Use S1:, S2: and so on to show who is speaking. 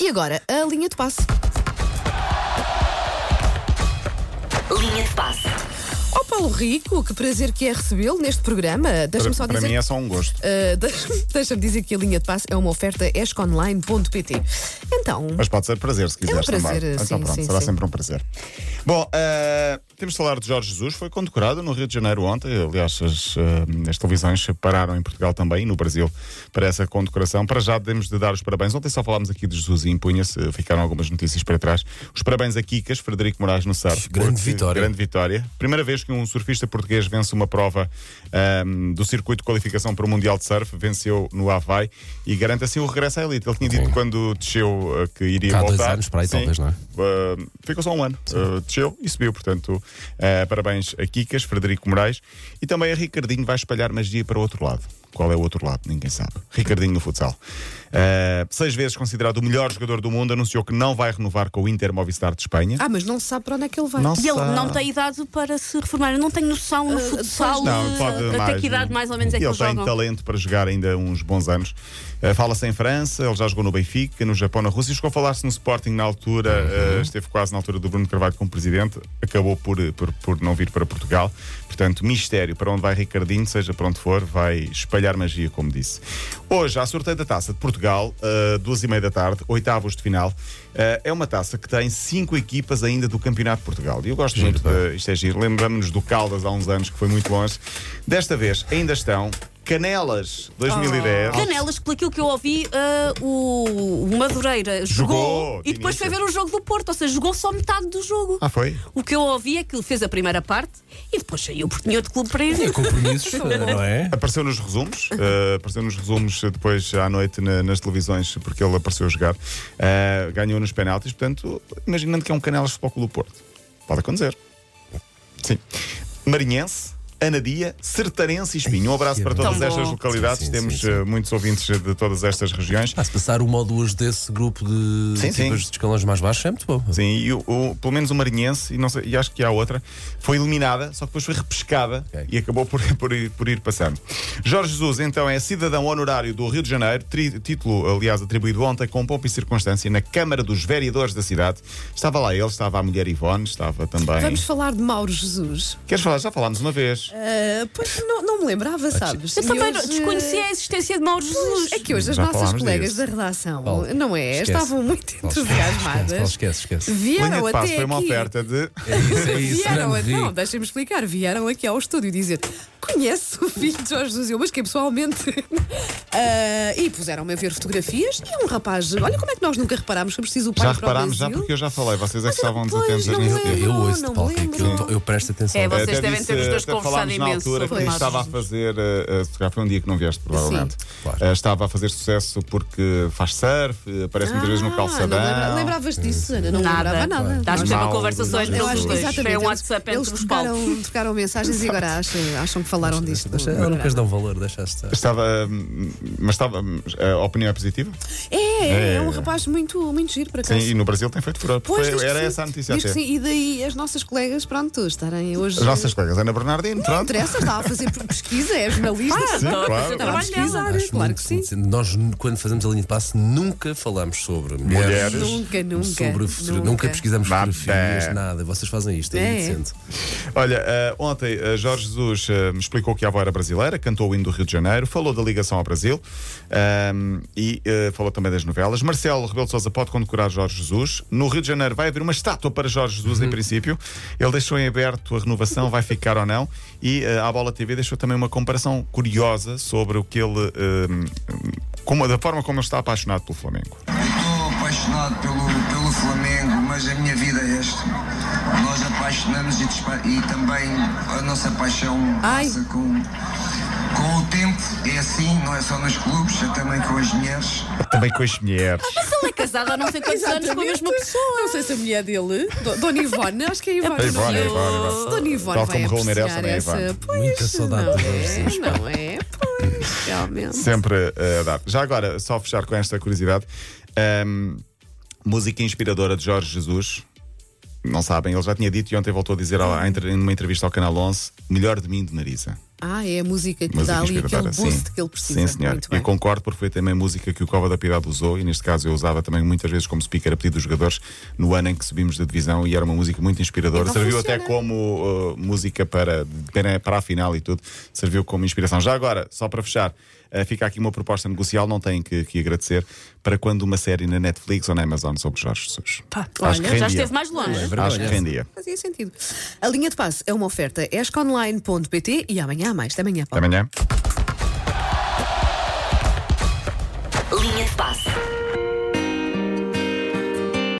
S1: E agora, a linha de passe.
S2: Linha de passe.
S1: Ó Paulo Rico, que prazer que é recebê-lo neste programa. Deixa-me só
S3: Para, para
S1: dizer.
S3: mim é só um gosto.
S1: Ah, deixa- Deixa-me dizer que a linha de passe é uma oferta esconline.pt. Então,
S3: Mas pode ser prazer, se quiseres
S1: prazer,
S3: também.
S1: sim,
S3: então pronto,
S1: sim,
S3: será
S1: sim.
S3: sempre um prazer. Bom, eh, temos de falar de Jorge Jesus. Foi condecorado no Rio de Janeiro ontem. Aliás, as, eh, as televisões pararam em Portugal também e no Brasil para essa condecoração. Para já devemos de dar os parabéns. Ontem só falámos aqui de Jesus e impunha-se. Ficaram algumas notícias para trás. Os parabéns a Kikas, Frederico Moraes no SAR.
S4: Grande
S3: Porque-
S4: vitória.
S3: Grande vitória. Primeira vez que um surfista português vence uma prova ahm, do circuito de qualificação para o Mundial de Surf, venceu no Havaí e garante assim o regresso à elite. Ele tinha dito
S4: Sim.
S3: quando desceu eh, que iria
S4: Cá há dois
S3: voltar.
S4: anos para aí,
S3: Sim.
S4: talvez, não é?
S3: Ah, ficou só um ano. Ah, desceu e subiu, portanto, ah, parabéns a Kikas, Frederico Moraes e também a Ricardinho vai espalhar magia para o outro lado. Qual é o outro lado? Ninguém sabe. Ricardinho no futsal. Ah, seis vezes considerado o melhor jogador do mundo, anunciou que não vai renovar com o Inter Movistar de Espanha.
S1: ah, mas não se sabe para onde é que ele vai.
S3: Não
S5: E ele
S3: sabe.
S5: não tem idade para se reformar. Eu não tenho noção no futsal
S3: Ah, Não,
S5: de-
S3: pode
S5: até
S3: mais.
S5: que idade mais ou menos é que
S3: ele
S5: eles
S3: tem
S5: jogam.
S3: talento para jogar ainda uns bons anos. Eh, Fala-se em França, ele já jogou no Benfica, no Japão, na Rússia. Chegou a falar-se no Sporting na altura, eh, esteve quase na altura do Bruno Carvalho como presidente, acabou por, eh, por, por não vir para Portugal. Portanto, mistério para onde vai Ricardinho, seja para onde for, vai espalhar magia, como disse. Hoje, à sorteio da taça de Portugal, eh, duas e meia da tarde, oitavos de final. Eh, é uma taça que tem cinco equipas ainda do Campeonato de Portugal. E eu gosto muito
S4: pá.
S3: de, Uh, isto é giro. Lembramos-nos do Caldas há uns anos, que foi muito longe. Desta vez ainda estão Canelas 2010.
S5: Oh. Canelas, que, pelo aquilo que eu ouvi, ah, o, o Madureira jogou,
S3: Jogou,
S5: e depois
S3: tinha
S5: foi ver o jogo do Porto, ou seja, jogou só metade do jogo.
S3: Ah, foi?
S5: O que eu ouvi é que ele fez a primeira parte e depois saiu porque tinha outro clube para ir.
S4: Tinha compromissos, não é?
S3: Apareceu nos resumos, uh, apareceu nos resumos uh, depois à noite na- nas televisões, porque ele apareceu a jogar. Uh, ganhou nos penaltis, portanto, imaginando que é um Canelas Futebol Clube do Porto. Pode acontecer. Sim. Marinhense. Anadia, Sertarense e Espinho. Um abraço
S4: Ai,
S3: para
S4: tão
S3: todas
S5: bom.
S3: estas localidades.
S4: Sim, sim,
S3: Temos
S4: sim, sim.
S3: uh, muitos ouvintes de todas estas regiões.
S4: Ah, se passar uma ou duas desse grupo de
S3: Sim, sim.
S4: equipas de escalões mais baixos é muito bom.
S3: Sim, e o, o- pelo menos o Marinhense, e, não sei- e acho que há outra, foi eliminada, só que depois foi repescada
S4: Ok.
S3: e acabou por, por ir, por ir passando. Jorge Jesus, então, é cidadão honorário do Rio de Janeiro, tri- título, aliás, atribuído ontem com pompa e circunstância na Câmara dos Vereadores da cidade. Estava lá ele, estava a mulher Ivone, estava também.
S1: Vamos falar de Mauro Jesus.
S3: Queres falar? Já falámos uma vez.
S1: Ah, pois não, não me
S3: Ah,
S1: lembrava, sabes?
S5: Eu
S1: E
S5: também
S1: hoje,
S5: não- desconhecia a existência de Mauro Jesus.
S1: eh, É que hoje as
S3: Já
S1: nossas
S3: falámos
S1: colegas
S3: disso.
S1: da redação,
S4: Paulo,
S1: não é?
S4: esquece.
S1: Estavam muito
S4: Paulo, esquece, Paulo,
S1: entusiasmadas.
S4: esquece, esquece.
S3: Linha
S1: Vieram
S3: de
S1: até
S3: passo foi uma
S1: aqui.
S3: oferta de.
S4: É isso, é isso.
S1: Vieram,
S4: grande
S1: então,
S4: Rico.
S1: deixem-me explicar. Vieram aqui ao estúdio dizer: conhece o filho de Jorge Jesus? Eu, mas que é pessoalmente. Ah, e puseram-me a ver fotografias e um rapaz. Olha como é que nós nunca reparámos. Foi preciso o pai
S3: Já
S1: para o
S3: reparámos, já
S1: Brasil.
S3: porque eu já falei, vocês é que
S1: Mas eu-
S3: estavam
S1: pois,
S3: desatentos às
S1: não é?
S3: minhas
S1: lembro.
S3: dicas.
S4: Eu ouço-te,
S1: não
S4: Paulo
S1: me
S4: Rico, eu,
S1: lembro.
S4: to- eu presto atenção.
S5: É, você- Vocês
S3: Até
S5: devem
S3: disse,
S5: ter os dois
S3: até
S5: conversado
S3: falámos na
S5: imenso
S3: altura que
S5: sobre
S3: isto
S5: imagens.
S3: estava a fazer. eh, eh, se calhar foi um dia que não vieste, provavelmente.
S4: Claro.
S3: Eh, estava a fazer sucesso porque faz surf, eh, aparece muitas vezes no
S1: Ah,
S3: calçadão.
S1: não lembra- Lembravas disso, Ana? Não lembrava
S5: Nada.
S1: nada.
S5: Estás a ter uma
S3: Mal,
S5: conversa só
S3: nós-
S5: entre
S1: Eu acho
S5: eles
S1: que
S5: dois.
S1: exatamente.
S5: Foi um
S1: eles-
S5: WhatsApp
S1: eles
S5: entre os Paulo.
S1: trocaram, trocaram mensagens e agora acham, acham que falaram disto.
S4: Deixa, eu não queres dar um valor, deixa estar.
S3: Estava. hum, Mas estava. hum, A opinião é positiva?
S1: É, é, é um
S3: É.
S1: rapaz muito, muito giro, para
S3: Sim,
S1: acaso.
S3: e no Brasil tem feito furor. porque
S1: Pois,
S3: foi-
S1: diz que
S3: era
S1: sim.
S3: essa a notícia
S1: Diz que
S3: até.
S1: sim, e daí as nossas colegas, pronto, estarem hoje.
S3: As nossas colegas, Ana Bernardino,
S1: Não
S3: pronto.
S1: interessa, está a fazer pesquisa, é jornalista.
S5: Ah,
S3: Sim,
S5: adoro
S3: claro.
S1: Estava
S5: fazer o
S1: a
S5: trabalho dela.
S1: pesquisar,
S4: Acho
S1: claro
S4: muito
S1: que sim.
S4: interessante. Nós, n- quando fazemos a linha de passe, nunca falamos sobre mulheres.
S3: Mulheres.
S1: Nunca, nunca,
S4: Sobre fotografia-
S1: nunca.
S4: nunca pesquisamos
S3: Nada.
S4: fotografias, nada. Vocês fazem isto, é,
S1: É.
S4: indecente.
S3: Olha, eh, ontem eh, Jorge Jesus eh, explicou que a avó era brasileira, cantou o hino do Rio de Janeiro, falou da ligação ao Brasil ehm, e eh, falou também das novelas. Marcelo Rebelo de Sousa pode condecorar Jorge Jesus. No Rio de Janeiro vai haver uma estátua para Jorge Jesus, em princípio. Ele deixou em aberto a renovação, vai ficar ou não. E eh, a Bola TV deixou também uma comparação curiosa sobre o que ele. ehm, como, da forma como ele está apaixonado pelo Flamengo.
S6: Estou apaixonado pelo, pelo Flamengo, mas a minha vida é esta. Nós apaixonamos e, despa- e também a nossa paixão
S1: Ai.
S6: passa com, com o tempo. É assim, não é só nos clubes, é também com as mulheres.
S3: Também com as mulheres.
S5: Ele é casado há não sei quantos anos com a mesma
S1: Exatamente.
S5: pessoa.
S1: Não sei se a mulher dele, Do- Dona Ivone, acho que é
S5: A
S1: Ivone. não
S3: Ivone,
S1: é?
S3: é Ivone, Ivone.
S1: Se Dona Ivone
S3: Tal
S1: vai
S3: como Raul Meireles
S1: apreciar
S3: também é
S1: essa.
S3: Ivone.
S1: Pois,
S4: Muita saudade
S1: não
S4: de
S1: é,
S4: vocês, pá.
S1: não é? Pois, realmente.
S3: Sempre eh, a dar. Já agora, só fechar com esta curiosidade: Ahm, música inspiradora de Jorge Jesus. Não sabem, ele já tinha dito e ontem voltou a dizer ao- à entre- numa entrevista ao Canal 11: Melhor de mim de Marisa.
S1: Ah, é a música que
S3: Música
S1: dá ali
S3: inspiradora,
S1: aquele boost
S3: é, sim.
S1: que ele precisa.
S3: Sim, senhor.
S1: Muito
S3: Eu
S1: bem.
S3: concordo porque foi também música que o Cova da Piedade usou e neste caso eu usava também muitas vezes como speaker a pedido dos jogadores no ano em que subimos da divisão e era uma música muito inspiradora.
S1: Então
S3: Serviu
S1: funciona.
S3: até como uh, música para, para- para a final e tudo. Serviu como inspiração. Já agora, só para fechar, uh, fica aqui uma proposta negocial, não tenho que, que agradecer, para quando uma série na Netflix ou na Amazon sobre Jorge Jesus.
S1: Pá,
S3: Acho
S1: olha,
S3: que
S5: já
S3: rendia.
S5: esteve mais longe.
S1: né?
S4: É
S3: Acho
S4: vergonha.
S3: que rendia.
S1: Fazia sentido. A linha de passe é uma oferta esconline.pt e amanhã há mais. Até amanhã,
S3: Até
S1: Paulo.
S3: amanhã.